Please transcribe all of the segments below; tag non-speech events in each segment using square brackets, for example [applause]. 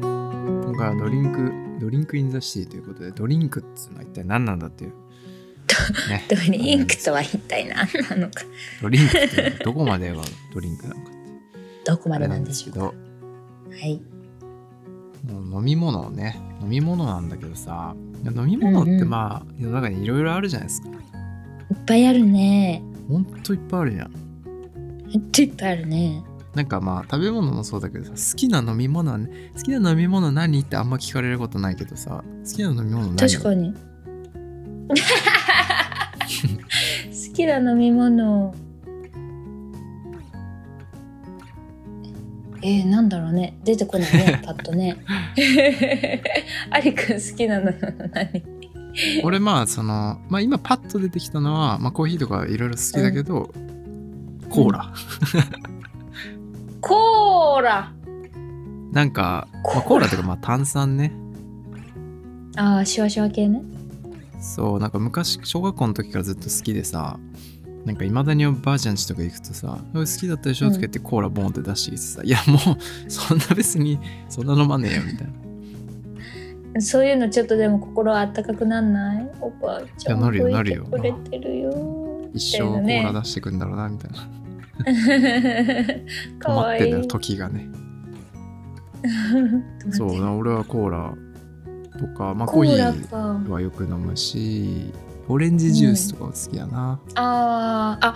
からドリンク、ドリンクインザシティということで、ドリンクっつうのは一体何なんだっていう。ねドリンクとは一体何なのかドリンクってどこまでがドリンクなのかっていうどこまあでれななんんででしすょけうかど、はいもう飲み物をね、飲み物なんだけどさ、飲み物ってまあ、世の中にいろいろあるじゃないですか。いっぱいあるねほんといっぱいあるじゃん。ほんといっぱいあるねなんかまあ、食べ物もそうだけどさ、好きな飲み物はね、好きな飲み物何ってあんま聞かれることないけどさ、好きな飲み物何確かに好きな飲み物えー、なんだろうね出てこない [laughs] ねパッとねアリくん好きなの何俺まあその、まあ、今パッと出てきたのは、まあ、コーヒーとかいろいろ好きだけど、コーラ、コーラなんか、まあコーラコーラとかまあ炭酸ねああシュワシュワ系ねそうなんか昔小学校の時からずっと好きでさなんかいまだにおばあちゃん家とか行くとさ「おい好きだったでしょ?」とか言ってコーラボンって出してきてさ「いやもう [laughs] そんな別にそんな飲まねえよ」みたいな「そういうのちょっとでも心あったかくなんないおばあちゃんいやなるよ置いてなるよくれてるよ一生コみたいーなラ出してくんだろうな」みたいなね [laughs] か止まわっいていんだよ時がねそうう俺はコーラとかまあココーヒーラーかはよく飲むしオレンジジュースとかも好きやな、あーあ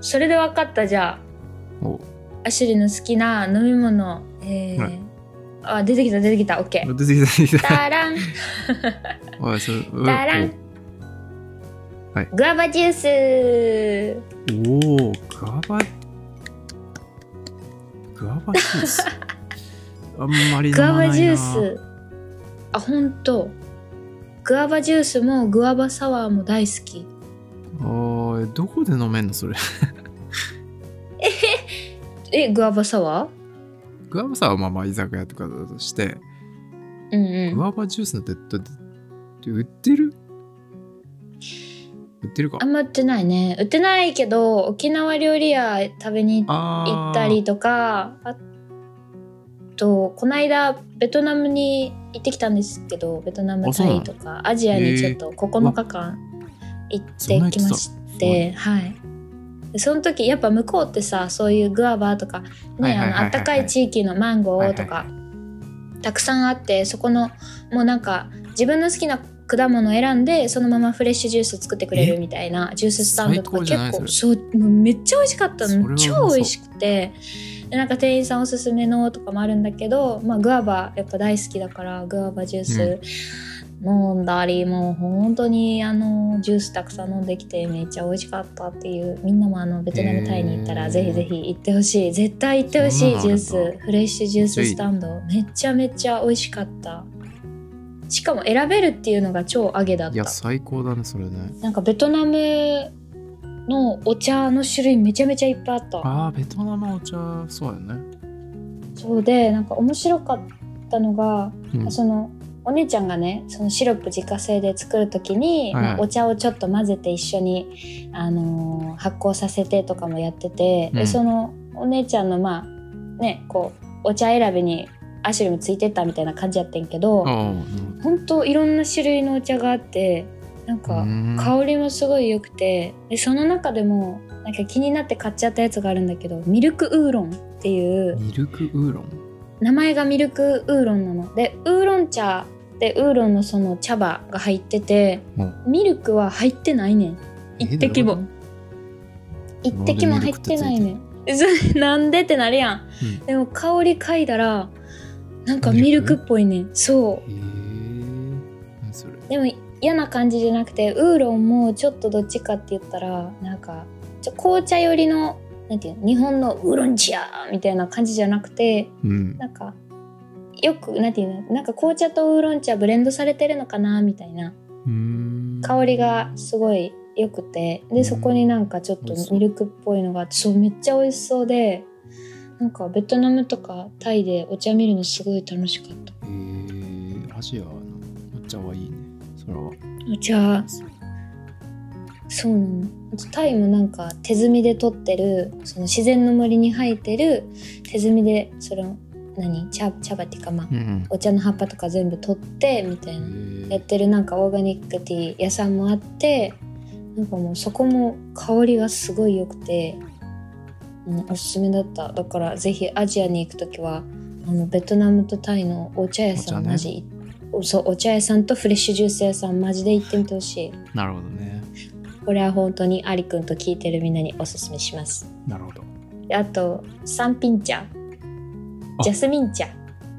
それで分かったじゃおあアシュリーの好きな飲み物えーはいあ出てきた出てきた OK 出てきた出てきた。ダランおい、それ、うダラングアバジュースおおー、グアバ、グアバジュー [laughs] ス。あんまり飲グアまないな。バジュースあ本当グアバジュースもグアバサワーも大好きおーどこで飲めんのそれ。えグアバサワグアバさはまあまあ居酒屋とかだとして、ーうんうグんアバジュースなんてだだだ売ってる売ってるかあ。んま売ってないね売ってないけど沖縄料理屋食べに行っあー行ったり。とかあとこの間ベトナムに行ってきたんですけどベトナムあそうタなのイとかアジアにちょっと9日間行ってきましてはいでその時やっぱ向こうってさそういうグアバとかはねいはいはいはいあのあったかい地域のマンゴーとか、はいたくさんあってそこのもうなんか自分の好きな果物を選んでそのままフレッシュジュース作ってくれるみたいなジューススタンドとか最高じゃない結構そうもうめっちゃ美味しかったそれはうのまそう超美味しくてでなんか店員さんおすすめのとかもあるんだけど、まあ、グアバやっぱ大好きだからグアバジュース飲んだり、もう本当にあのジュースたくさん飲んできてめっちゃ美味しかったっていうみんなもあのベトナムタイに行ったへらーぜひぜひ行ってほしい絶対行ってほしいジューそんなのあるスんフレッシュジューススタンドめっちゃめっちゃ美味しかったしかも選べるっていうのが超揚げだっいや、た最高だね、それね。なんかベトナムのお茶の種類めちゃめちゃいっぱいあったああ、ベトナムお茶、そうやね。そうでなんか面白かったのが、うんそのお姉ちゃんがねそのシロップ自家製で作る時に、はいはいまあお茶をちょっと混ぜて一緒に、あのー発酵させてとかもやってて、うでんそのお姉ちゃんのまあねこうお茶選びにアシュリもついてったみたいな感じやってんけど、あほんといろんな種類のお茶があってなんあ、かうん香りもすごい良くてでその中でもなんか気になって買っちゃったやつがあるんだけどミルクウーロンっていうミルクウーロン。名前がミルクウーロンなのでウーロン茶でウーロンのその茶葉が入っててうんミルクは入ってないねんえ一滴もどういう一滴も入ってないねんえそれなんでってなるやん、うんでも香り嗅いだらなんかミルクっぽいねんそへえ何それうでも嫌な感じじゃなくてウーロンもちょっとどっちかって言ったらなんかちょ紅茶寄りのなんていうの日本のウーロン茶みたいな感じじゃなくてうんなんかよくなんていうのなんか紅茶とウーロン茶ブレンドされてるのかなみたいなうーん香りがすごい良くてでそこになんかちょっとミルクっぽいのがあってそうめっちゃ美味しそうでなんかベトナムとかタイでお茶見るのすごい楽しかったえー、アジアのお茶はいいねそれはお茶そうなのあとタイもなんか手摘みで取ってるその自然の森に生えてる手摘みでそれを何茶茶葉っていうかまあ、うんうんお茶の葉っぱとか全部取ってみたいなへやっえてるなんかオーガニックティー屋さんもあってなんかもうそこも香りがすごい良くて、うん、おすすめだっただからぜひアジアに行く時はあのベトナムとタイのお茶屋さお茶んねマジ、おそうお茶屋さんとフレッシュジュース屋さんマジで行ってみてほしいなるほどねこれは本当にアリくんと聞いてるみんなにおすすめしますなるほどであと三品茶あジャスミン茶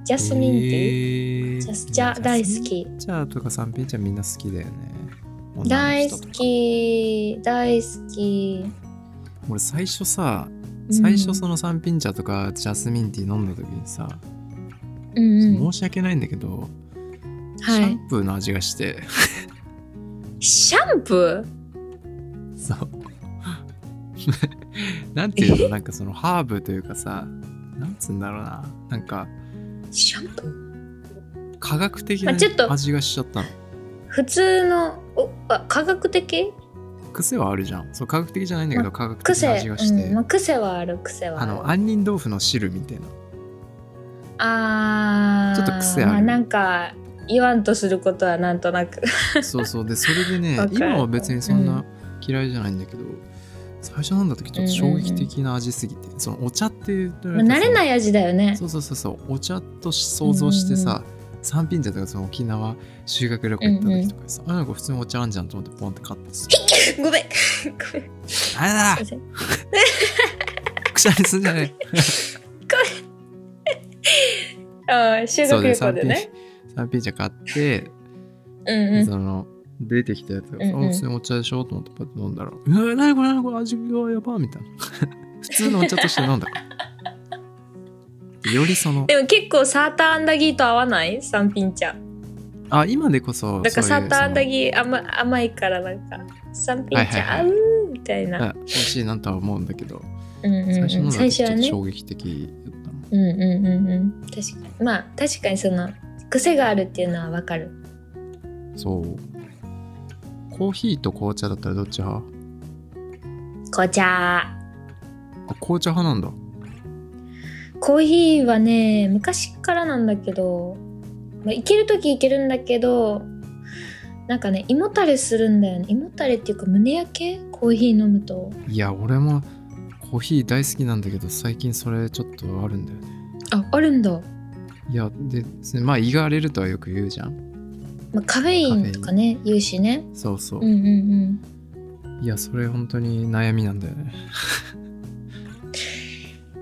ジャスミンティー、へえジャス茶大好ジャきスミン茶とか三品茶みんな好きだよね女大の人好とかき大好き俺最初さ最初その、の三品茶とかジャスミンティー飲んだ時にさ、うんうん申し訳ないんだけど、はシャンプーの味が [laughs] してい、シャンプそう。なんていうのなんかそのハーブというかさ、なんつうんだろうな。なんかーシャンプー科学的なまあちょっと味がしちゃったの。普通のおあ科学的癖はあるじゃん。そう科学的じゃないんだけど、科学的な癖、味がして。うんまあ、癖はある癖はああるの杏仁豆腐の汁みたいな。 [laughs] あーちょっと癖あるまあ、なんか言わんとすることはなんとなくそうそう。で、それでねわ、かる今は別にそんうな嫌いじゃないんだけど、最初飲んだ時ちょっと衝撃的な味すぎて、そのお茶っていうとまあ慣れない味だよねそうそうそうそうお茶と想像してさ、三品茶とかその沖縄修学旅行行った時とかさ、あなんか普通にお茶あんじゃんと思ってポンって買ってさごめんごめんあれだすいませんくしゃみすんじ [laughs] ゃねあーえ修学旅行で三ね品三品茶買って、うんうんその出てきたやつうが、んうんあ普通にお茶でしょと思ってパッと飲んだら「うわ何これ何これ味がやば」みたいな [laughs] 普通のお茶として飲んだからよりそのでも結構サーターアンダギーと合わない三品茶あ今でこそだからそうサいうーターアンダそのギー甘甘いからなんか三品はい茶はい合はいうみたいな、あ美味しいなとは思うんだけどうんうん最初うのん、だけ最ち初はょっとね衝撃的だったのうんうんうんうん確かにまあ確かにその癖があるっていうのはわかるそう。コーヒーと紅茶だったらどっち派紅茶あ、紅茶派なんだ。コーヒーはね昔からなんだけど、まあ、行ける時行けるんだけどなんかね胃もたれするんだよね胃もたれっていうか胸焼けコーヒー飲むといや、俺もコーヒー大好きなんだけど、最近それちょっとあるんだよね。ああるんだ、いや、で、ですねまあ胃が荒れるとはよく言うじゃん。まあ、カフェインとかね言うしねそうそうう。んうんうんいや、それ本当に悩みなんだよね。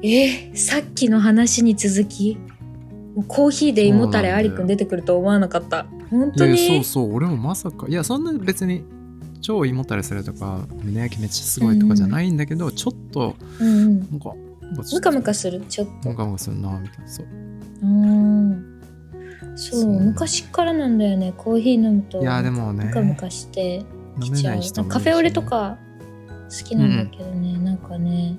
えーさっきの話に続きもうコーヒーで胃もたれそうなんだよありくん出てくると思わなかった本い当や、にいやそうそう。俺もまさか。いや、そんな別に超胃もたれするとか、胸焼けめっちゃすごいとかじゃないんだけど、ちょっと、うんうんなんか、なんかちょムっとカムカするちょっとムカムカするな、みたいな。そう。うんそうそう昔からなんだよねコーヒー飲むといや、でもねム、カムカして飲きめちゃなうい人もいるしねカフェオレとか好きなんだけどね、なんかね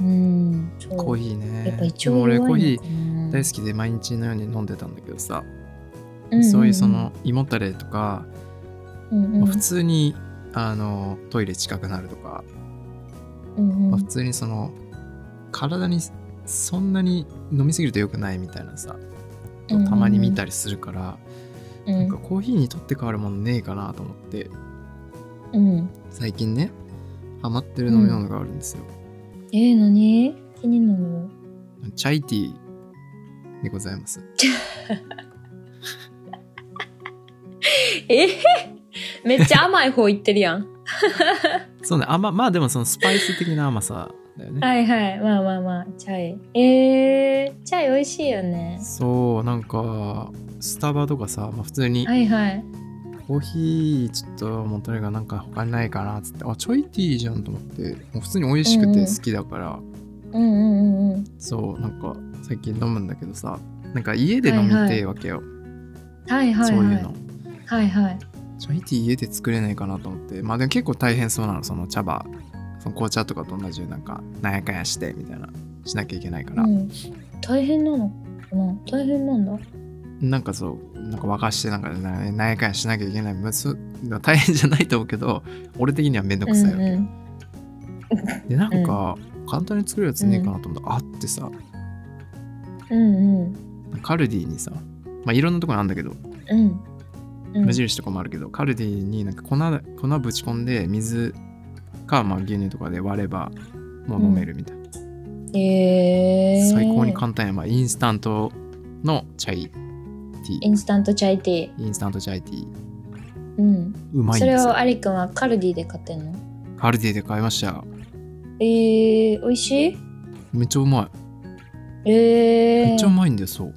うんそうコーヒーね。やっぱ一でも応俺コーヒーー大好きで毎日のように飲んでたんだけどさ、そういうその胃もたれとか、まあ普通にあのトイレ近くなるとか、まあ普通にその体にそんなに飲みすぎると良くないみたいなさたまに見たりするから、なんかコーヒーにとって変わるものねえかなと思ってうん最近ねハマってる飲み物があるんですよ、えー、何気になるチャイティーでございますえ [laughs] へめっちゃ甘い方言ってるやんそうね甘まあでもそのスパイス的な甘さだよね、はいはいまあまあまあチャイえー、チャイ美味しいよねそうなんかスタバとかさ、まあ、普通にはいはいコーヒーちょっともうとにかくなんか他にないかなっつってあちょいティーじゃんと思ってもう普通に美味しくて好きだから、うんうんうんうんそうなんか最近飲むんだけどさなんか家で飲みてえわけよ、はいはいそはういいうのはいはいちょいティー家で作れないかなと思ってまあでも結構大変そうなのその茶葉その紅茶とかと同じなんかなんやかんやしてみたいなしなきゃいけないから、うん、大変なのかな大変なんだなんかそうなんか沸かしてなんかななんやかんやしなきゃいけないむず大変じゃないと思うけど俺的にはめんどくさいわけよ、うんでなんか、簡単に作るやつねえかなと思った、あってさうんうんカルディにさ、まあ、いろんなとこにあるんだけど、うんうん無印とかもあるけど、カルディになんか粉粉ぶち込んで水か、まあ、牛乳とかで割ればもう飲めるみたいな、えー、最高に簡単や、まあ、インスタントのチャイティインスタントチャイティーーインスタントチャイティーうんうまいんそでれすをよアリくんはカルディで買ってんのカルディで買いましたえー、美味しいめっちゃうまえいー、めっちゃうまいんだよそう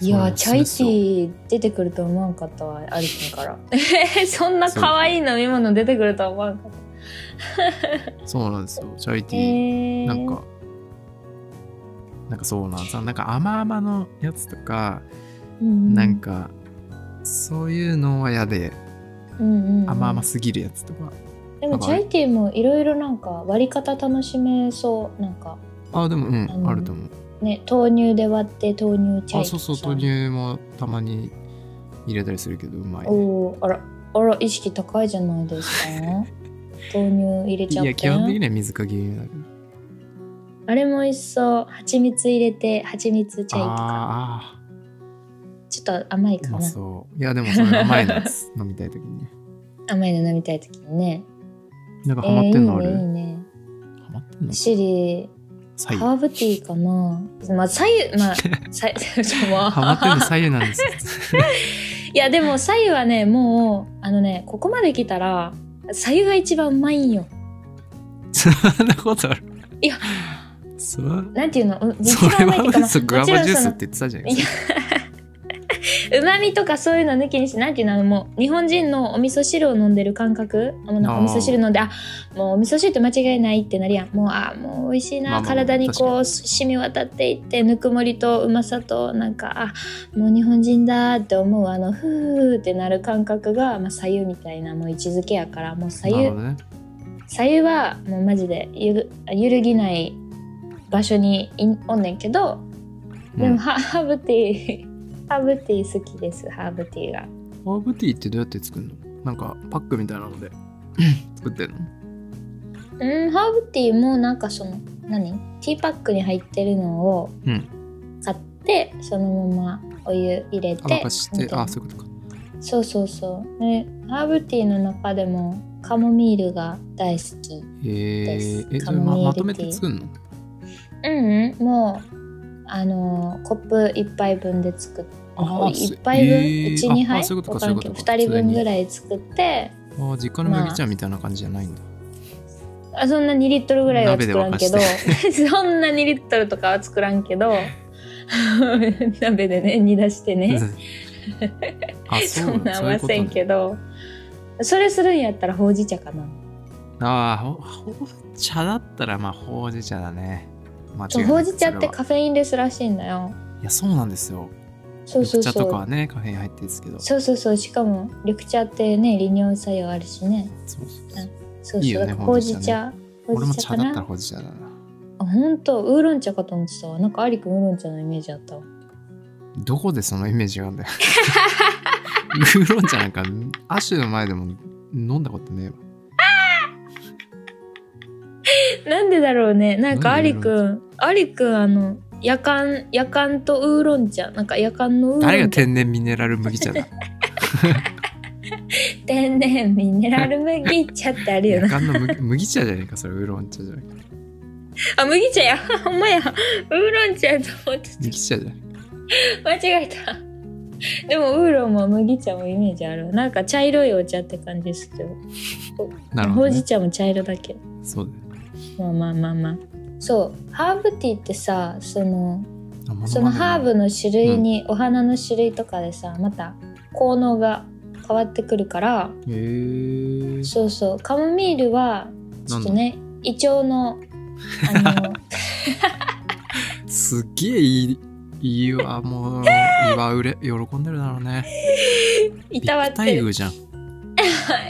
いやーチそャうイなんティー出ですよてくると思わんかったわアリくんから [laughs] そんな可愛い飲み物出てくるとは思わんかっそうなんですよチャイたテえー、ィー、なんかなんかそうなんさなんか甘々のやつとか、うんなんかそういうのは嫌でうんうんうん甘々すぎるやつとかでもチャイティーもいろいろなんか割り方楽しめそうなんかあでもうん、あのあると思うね豆乳で割って豆乳チャイあティーそうそうさ豆乳もたまに入れたりするけどうまい、おおあらあら意識高いじゃないですか豆乳入れいちゃっや基て本的んには水か牛乳だけどあれも美味しそう蜂蜜入れて蜂蜜チャイとかあーちょっと甘いあーかうまなそういやでもそれ甘いのやつ飲みたい時 [laughs] にね甘いの飲みたい時にねなんかハマってんのあえる、ーいいねいいねハマってんのシリ左右ハーブティーかなまあ左右ま [laughs] あ左 [laughs] 右ちょもうハマってんの左右なんですよ [laughs] いやでも左右はねもうあのねここまで来たら左右が一番うまいんよそんなことあるいやそれはなんていうのうそれ一番うはまいって嘘いうグかまあアバジュースもって言ってたじゃないいでやすかちろんそのうまみとかそういうの抜きにしてなんていうのあのもう日本人のお味噌汁を飲んでる感覚あもうなんかあーお味噌汁飲んであもうお味噌汁って間違いないってなりやんもうあーもう美味しいな、まあまあ体に確こう染み渡っていってぬくもりとうまさとなんかあもう日本人だーって思うあのふーってなる感覚が、まあ、左右みたいなもう位置づけやからもう左な右るほどね左右はもうマジでゆる揺るぎない場所にいんおんねんけど、でうんもハハーブティー [laughs] ハーブティー好きですハーブティーがハーブティーってどうやって作るのなんかパックみたいなので作ってんのうんハーブティーもなんかその何ティーパックに入ってるのをうん買って、そのままお湯入れて乾かしみてたいなあそういうことかそうそうそうでハーブティーの中でもカモミールが大好きへえですえそれまカモミールまとめティてー作るのうんうんもうあのコップ一杯分で作ってあー一杯分、えー一二あ杯あそういうことかわからんけどそう二いうことか人分ぐらい作ってあー実家の麦茶みたいな感じじゃないんだ、あそんな2リットルぐらいは作らんけど [laughs] 鍋そんな2リットルとかは作らんけど [laughs] 鍋でね煮出してね [laughs] あそうそんなんそういうはことせんねけどそれするんやったらほうじ茶かなああほほうじ茶だったらまあほうじ茶だね間違いそうないほうじ茶っそれてはカフェインレスらしいんだよいやそうなんですよそうそう緑茶そとかはうねカフェイン入ってるんですけどそうそうそうしかも緑茶ってね利尿作用あるしねそうそうそうなんそうそういいよねだからほほううじじ茶茶ほ俺うもじ茶か茶だったらなほうじ茶 [laughs] だなあ本当ウーロン茶かと思ってたわなんかありくんウーロン茶のイメージあったわどこでそのイメージがあん [laughs] だよウーロン茶なんかアシュの前でも飲んだことねえわなんでだろうねなんかなあんでりだくんありくんあの夜間夜間とウーロン茶なんか夜間のウーロン茶誰が天然ミネラル麦 [laughs] 茶だ天然ミネラル麦茶ってあるよ夜な間の麦麦茶じゃねえかそれウーロン茶じゃなくてあ麦茶や [laughs] ほんまやウーロン茶やと思って麦茶じゃないた間違えたでもウーロンも麦茶もイメージあるなんか茶色いお茶って感じですけどなるほほど、うじね、茶も茶色だけどそうだよまあまあまあまあそうハーブティーってさそのあモノマネそのハーブの種類に、お花の種類とかでさまた効能が変わってくるからへえそうそうカモミールはちょっとね胃腸のあ [laughs] のすっげえいいいいわ [laughs] もういわうれ喜んでるだろうねいたわっビてップ待遇るじゃん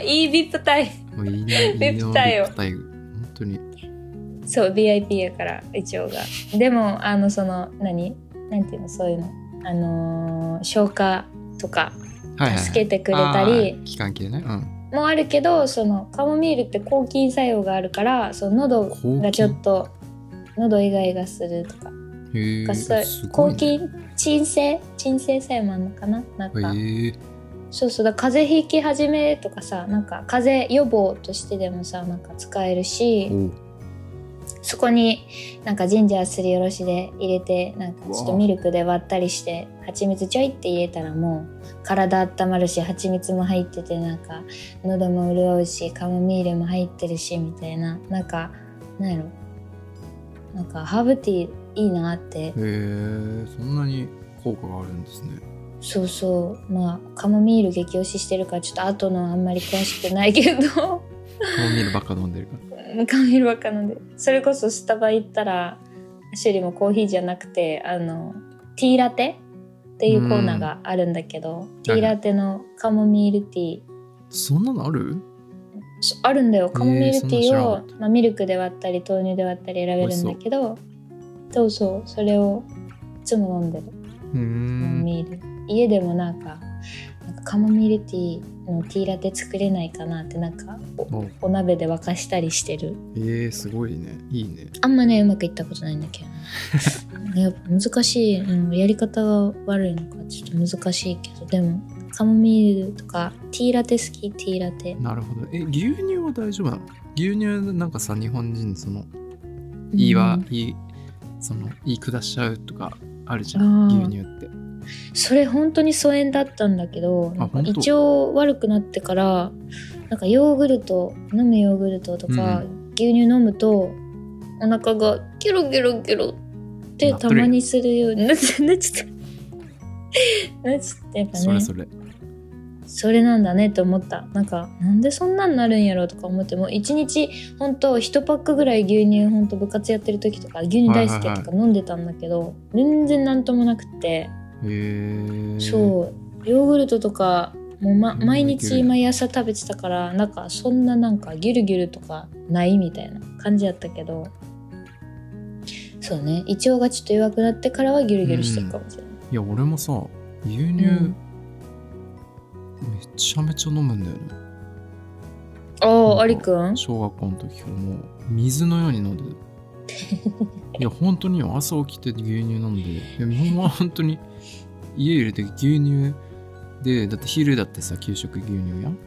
いい VIP 待もういいねいい [laughs] ねビップ待遇ビップ待遇本当に遇そう VIP やから胃腸がでもあのその何なんていうのそういうのあのー消化とかはいはい、はい、助けてくれたり、あー期間系ねうんもあるけどそのカモミールって抗菌作用があるからその喉がちょっと喉イガイガするとかへがそうえ。いうす抗ごいね。菌鎮静鎮静性もあるのかななんか、へえ。そうそうだから風邪ひき始めとかさなんか風邪予防としてでもさなんか使えるしおうそこになんかジンジャーすりおろしで入れてなんかちょっとミルクで割ったりして蜂蜜ちょいって入れたらもう体温まるし蜂蜜も入っててなんか喉も潤うしカモミールも入ってるしみたいななんかなんやろなんかハーブティーいいなってへえ。そんなに効果があるんですね。そうそうまあカモミール激推ししてるからちょっと後のあんまり詳しくないけど顔見るばっか飲んでるから。カモミールばっか飲んでそれこそスタバ行ったらシュリもコーヒーじゃなくてあのティーラテっていうコーナーがあるんだけど、ティーラテのカモミールティーそんなのあるそあるんだよカモミールティそんな知ーらなをか、っまあ、ミルクで割ったり豆乳で割ったり選べるんだけどそうそうそれをいつも飲んでるうーカモん。ミール家でもなんかなんかカモミールティーのティーラテ作れないかなってなんかおおお鍋で沸かしたりしてるええ、すごいね。いいね。あんまねうまくいったことないんだけどね [laughs] やっぱ難しい、うん、やり方が悪いのかちょっと難しいけどでもカモミールとかティーラテ好きティーラテなるほど。え、牛乳は大丈夫なの牛乳なんかさ、日本人、その、いいわうん、いい、その、いい下しちゃうとかあるじゃあん、ー牛乳って。それ本当に疎遠だったんだけどなんか本当胃腸悪くなってからなんかヨーグルト飲むヨーグルトとか、う牛乳飲むとお腹がギョロギョロギョロってなっとたるやんまにするようになっちゃなっちゃった [laughs] なっちゃったやっぱねそれそれ。それなんだねって思ったなんかなんでそんなんなるんやろうとか思ってもう一日ほんと1パックぐらい牛乳ほんと部活やってる時とか牛乳大好きやとか飲んでたんだけど、全然なんともなくて、へえ。そうヨーグルトとかもう、ま、うん毎いける日毎朝食べてたからなんかそんななんかギュルギュルとかないみたいな感じやったけどそうね胃腸がちょっと弱くなってからはギュルギュルしてるかもしれない、いや、俺もさ、牛乳、うんめちゃめちゃ飲むんだよね。ああアリくん小学校の時からもう水のように飲んで [laughs] るいや本当によ朝起きて牛乳飲んでいやもう本当に家入れて牛乳でだって昼だってさ給食牛乳やん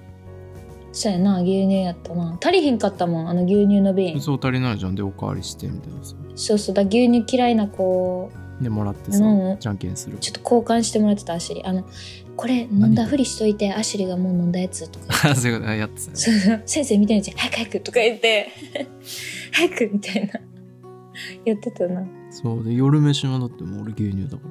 そうやな牛乳やったな足りひんかったもんあの牛乳の瓶そう足りないじゃんでおかわりしてみたいなさそうそうだ牛乳嫌いな子でもらってさ、うんじゃんけんするちょっと交換してもらってたアシュリーあのこれ飲んだ何ふりしといてアシュリーがもう飲んだやつとかあ [laughs] そういうことあやってさそうそう先生見てるじゃん早く早くとか言って [laughs] 早くみたいなやってたなそうで夜飯もだってもう俺牛乳 [laughs] だから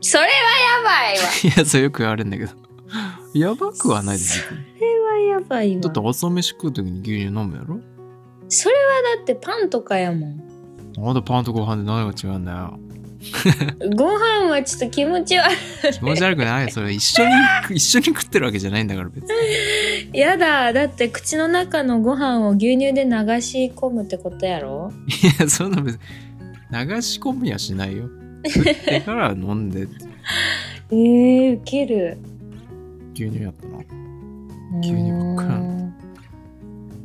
それはやばいわいやそうよくあるんだけど [laughs] やばくはないですよそれはやばいわだって朝飯食う時に牛乳飲むやろそれはだってパンとかやもんまだパンとご飯で何が違うんだよご飯はちょっと気持ち悪気持ち悪くないそれ一緒に一緒に食ってるわけじゃないんだから別にいやだだって口の中のご飯を牛乳で流し込むってことやろいやそんな別に流し込みはしないよ食ってから飲んでってえー、ウケる牛乳やったな牛乳ばっかりなんうん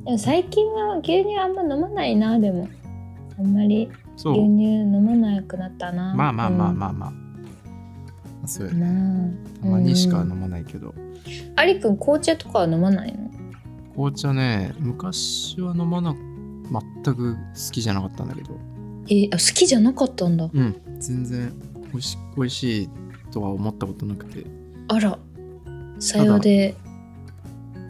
でも最近は牛乳あんま飲まないなでもあんまりそ牛乳う飲まなくなったなまあまあまあうんまあまあそうやねまあたまにしか飲まないけどありくん紅茶とかは飲まないの紅茶ね昔は飲まな全く好きじゃなかったんだけどえあ好きじゃなかったんだうん全然美味し美味しいとは思ったことなくてあらさようで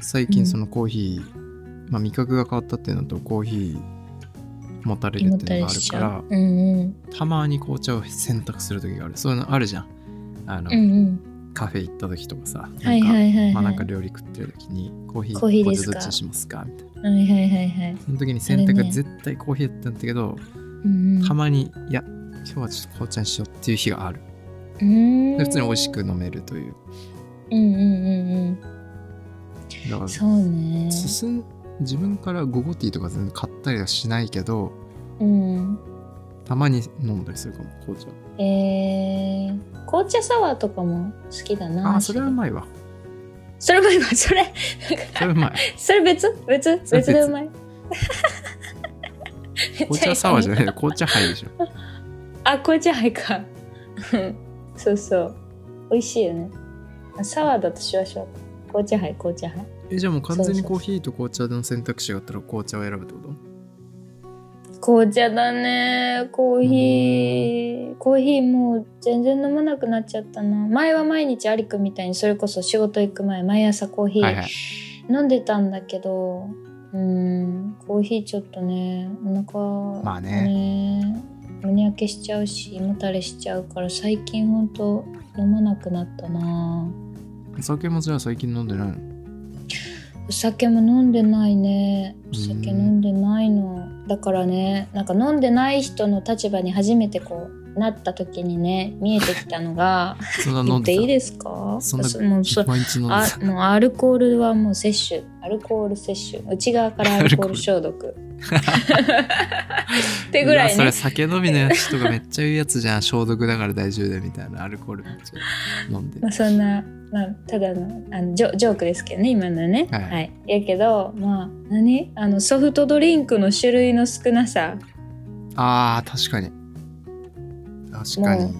最う近んそのコーヒー、まあ、味覚が変わったっていうのとコーヒーもたれ胃るもってたいれうのがあるしちかゃらううんうんたまに紅茶を選択する時があるそういうのあるじゃんあの、うんうんカフェ行った時とかさなんか、はいはいはいまあはないんか料理食ってる時にコーヒーコーヒーですか紅茶どっちにしますかみたいなはいはいはいはいその時に選択あれがね絶対コーヒーだったんだけど、うんうんたまにいや今日はちょっと紅茶にしようっていう日があるうーんで普通に美味しく飲めるといううんうんうんだかうんらそうね進ん自分からゴゴティーとか全然買ったりはしないけどうんたまに飲んだりするかも紅茶えー、紅茶サワーとかも好きだな。あーそれはうまいわそれも今それそれは [laughs] うまいそれ別別それ別別でうまい。 [laughs] 紅茶サワーじゃゃないの紅茶杯でしょ [laughs] あ紅茶杯かうんそうそう美味しいよねあサワーだとシュワシュワか紅茶杯紅茶杯えじゃあもう完全にコーヒーと紅茶の選択肢があったら紅茶を選ぶってこと紅茶だねコーヒーコーヒーもう全然飲まなくなっちゃったな前は毎日アリくんみたいにそれこそ仕事行く前毎朝コーヒはいーはい飲んでたんだけど、うんコーヒーちょっとねお腹まあねね胸焼けしちゃうし胃もたれしちゃうから最近ほんと飲まなくなったなお酒もじゃあ最近飲んでないのお酒も飲んでないねおうん酒飲んでないのだからねなんか飲んでない人の立場に初めてこうなった時にね見えてきたの [laughs] がそんな飲言っんてでいたいですかそんなもうそ毎日飲んであたもうアルコールはもう摂取アルコール摂取内側からアルコール消毒 [laughs] ってぐらいやそれね酒飲みのやつとかめっちゃ言うやつじゃん消毒だから大丈夫だみたいなアルコールめっちゃ飲んでまあ、そんな、まあ、ただのあのジョジョークですけどね今のはね、はいやけどまあ何あのソフトドリンクの種類の少なさあー確かに確かに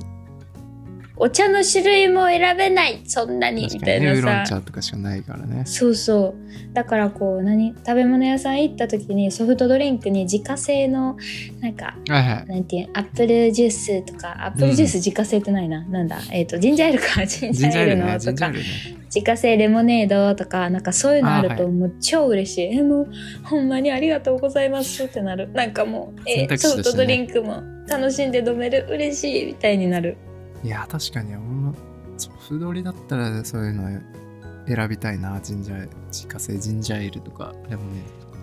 お茶の種類も選べないそんなにみ確かたにいねウーロなンさ茶とかしかないからねそうそうだからこう何食べ物屋さん行った時にソフトドリンクに自家製のなんかはいはいなんていうアップルジュースとかアップルジュース自家製ってないな、なんだえっ、とジンジャーエールかジンジ [laughs] ジャンージエャーーエルールのねジとンジャーかエールね自家製レモネードとかなんかそういうのあるあーともう超嬉しい、えもうほんまにありがとうございますってなるなんかもう、え選択肢ソフとしてねトドリンクも楽しんで飲める嬉しいみたいになるいや確かに俺もソフドリだったらそういうの選びたいなジンジャー自家製ジンジャーエールとかレモネードとか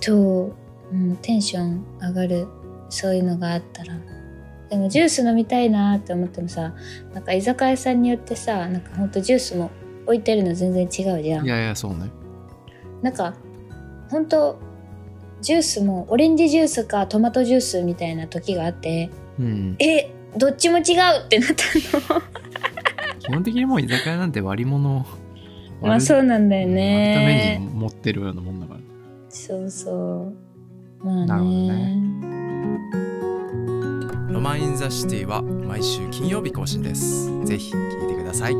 超、うん、テンション上がるそういうのがあったらでもジュース飲みたいなって思ってもさなんか居酒屋さんによってさなんかほんとジュースも置いてるの全然違うじゃいんやいやそうねなんかほんとジュースもオレンジジュースかトマトジュースみたいな時があってうんえどっちも違うってなった基本的にもう居酒屋なんて割り物をのまあ割るそうなんだよ割るためねに持ってるようなもんだからそうそうまあねなるほどロマン・イン・ザ・シティは毎週金曜日更新です。ぜひ聞いてください。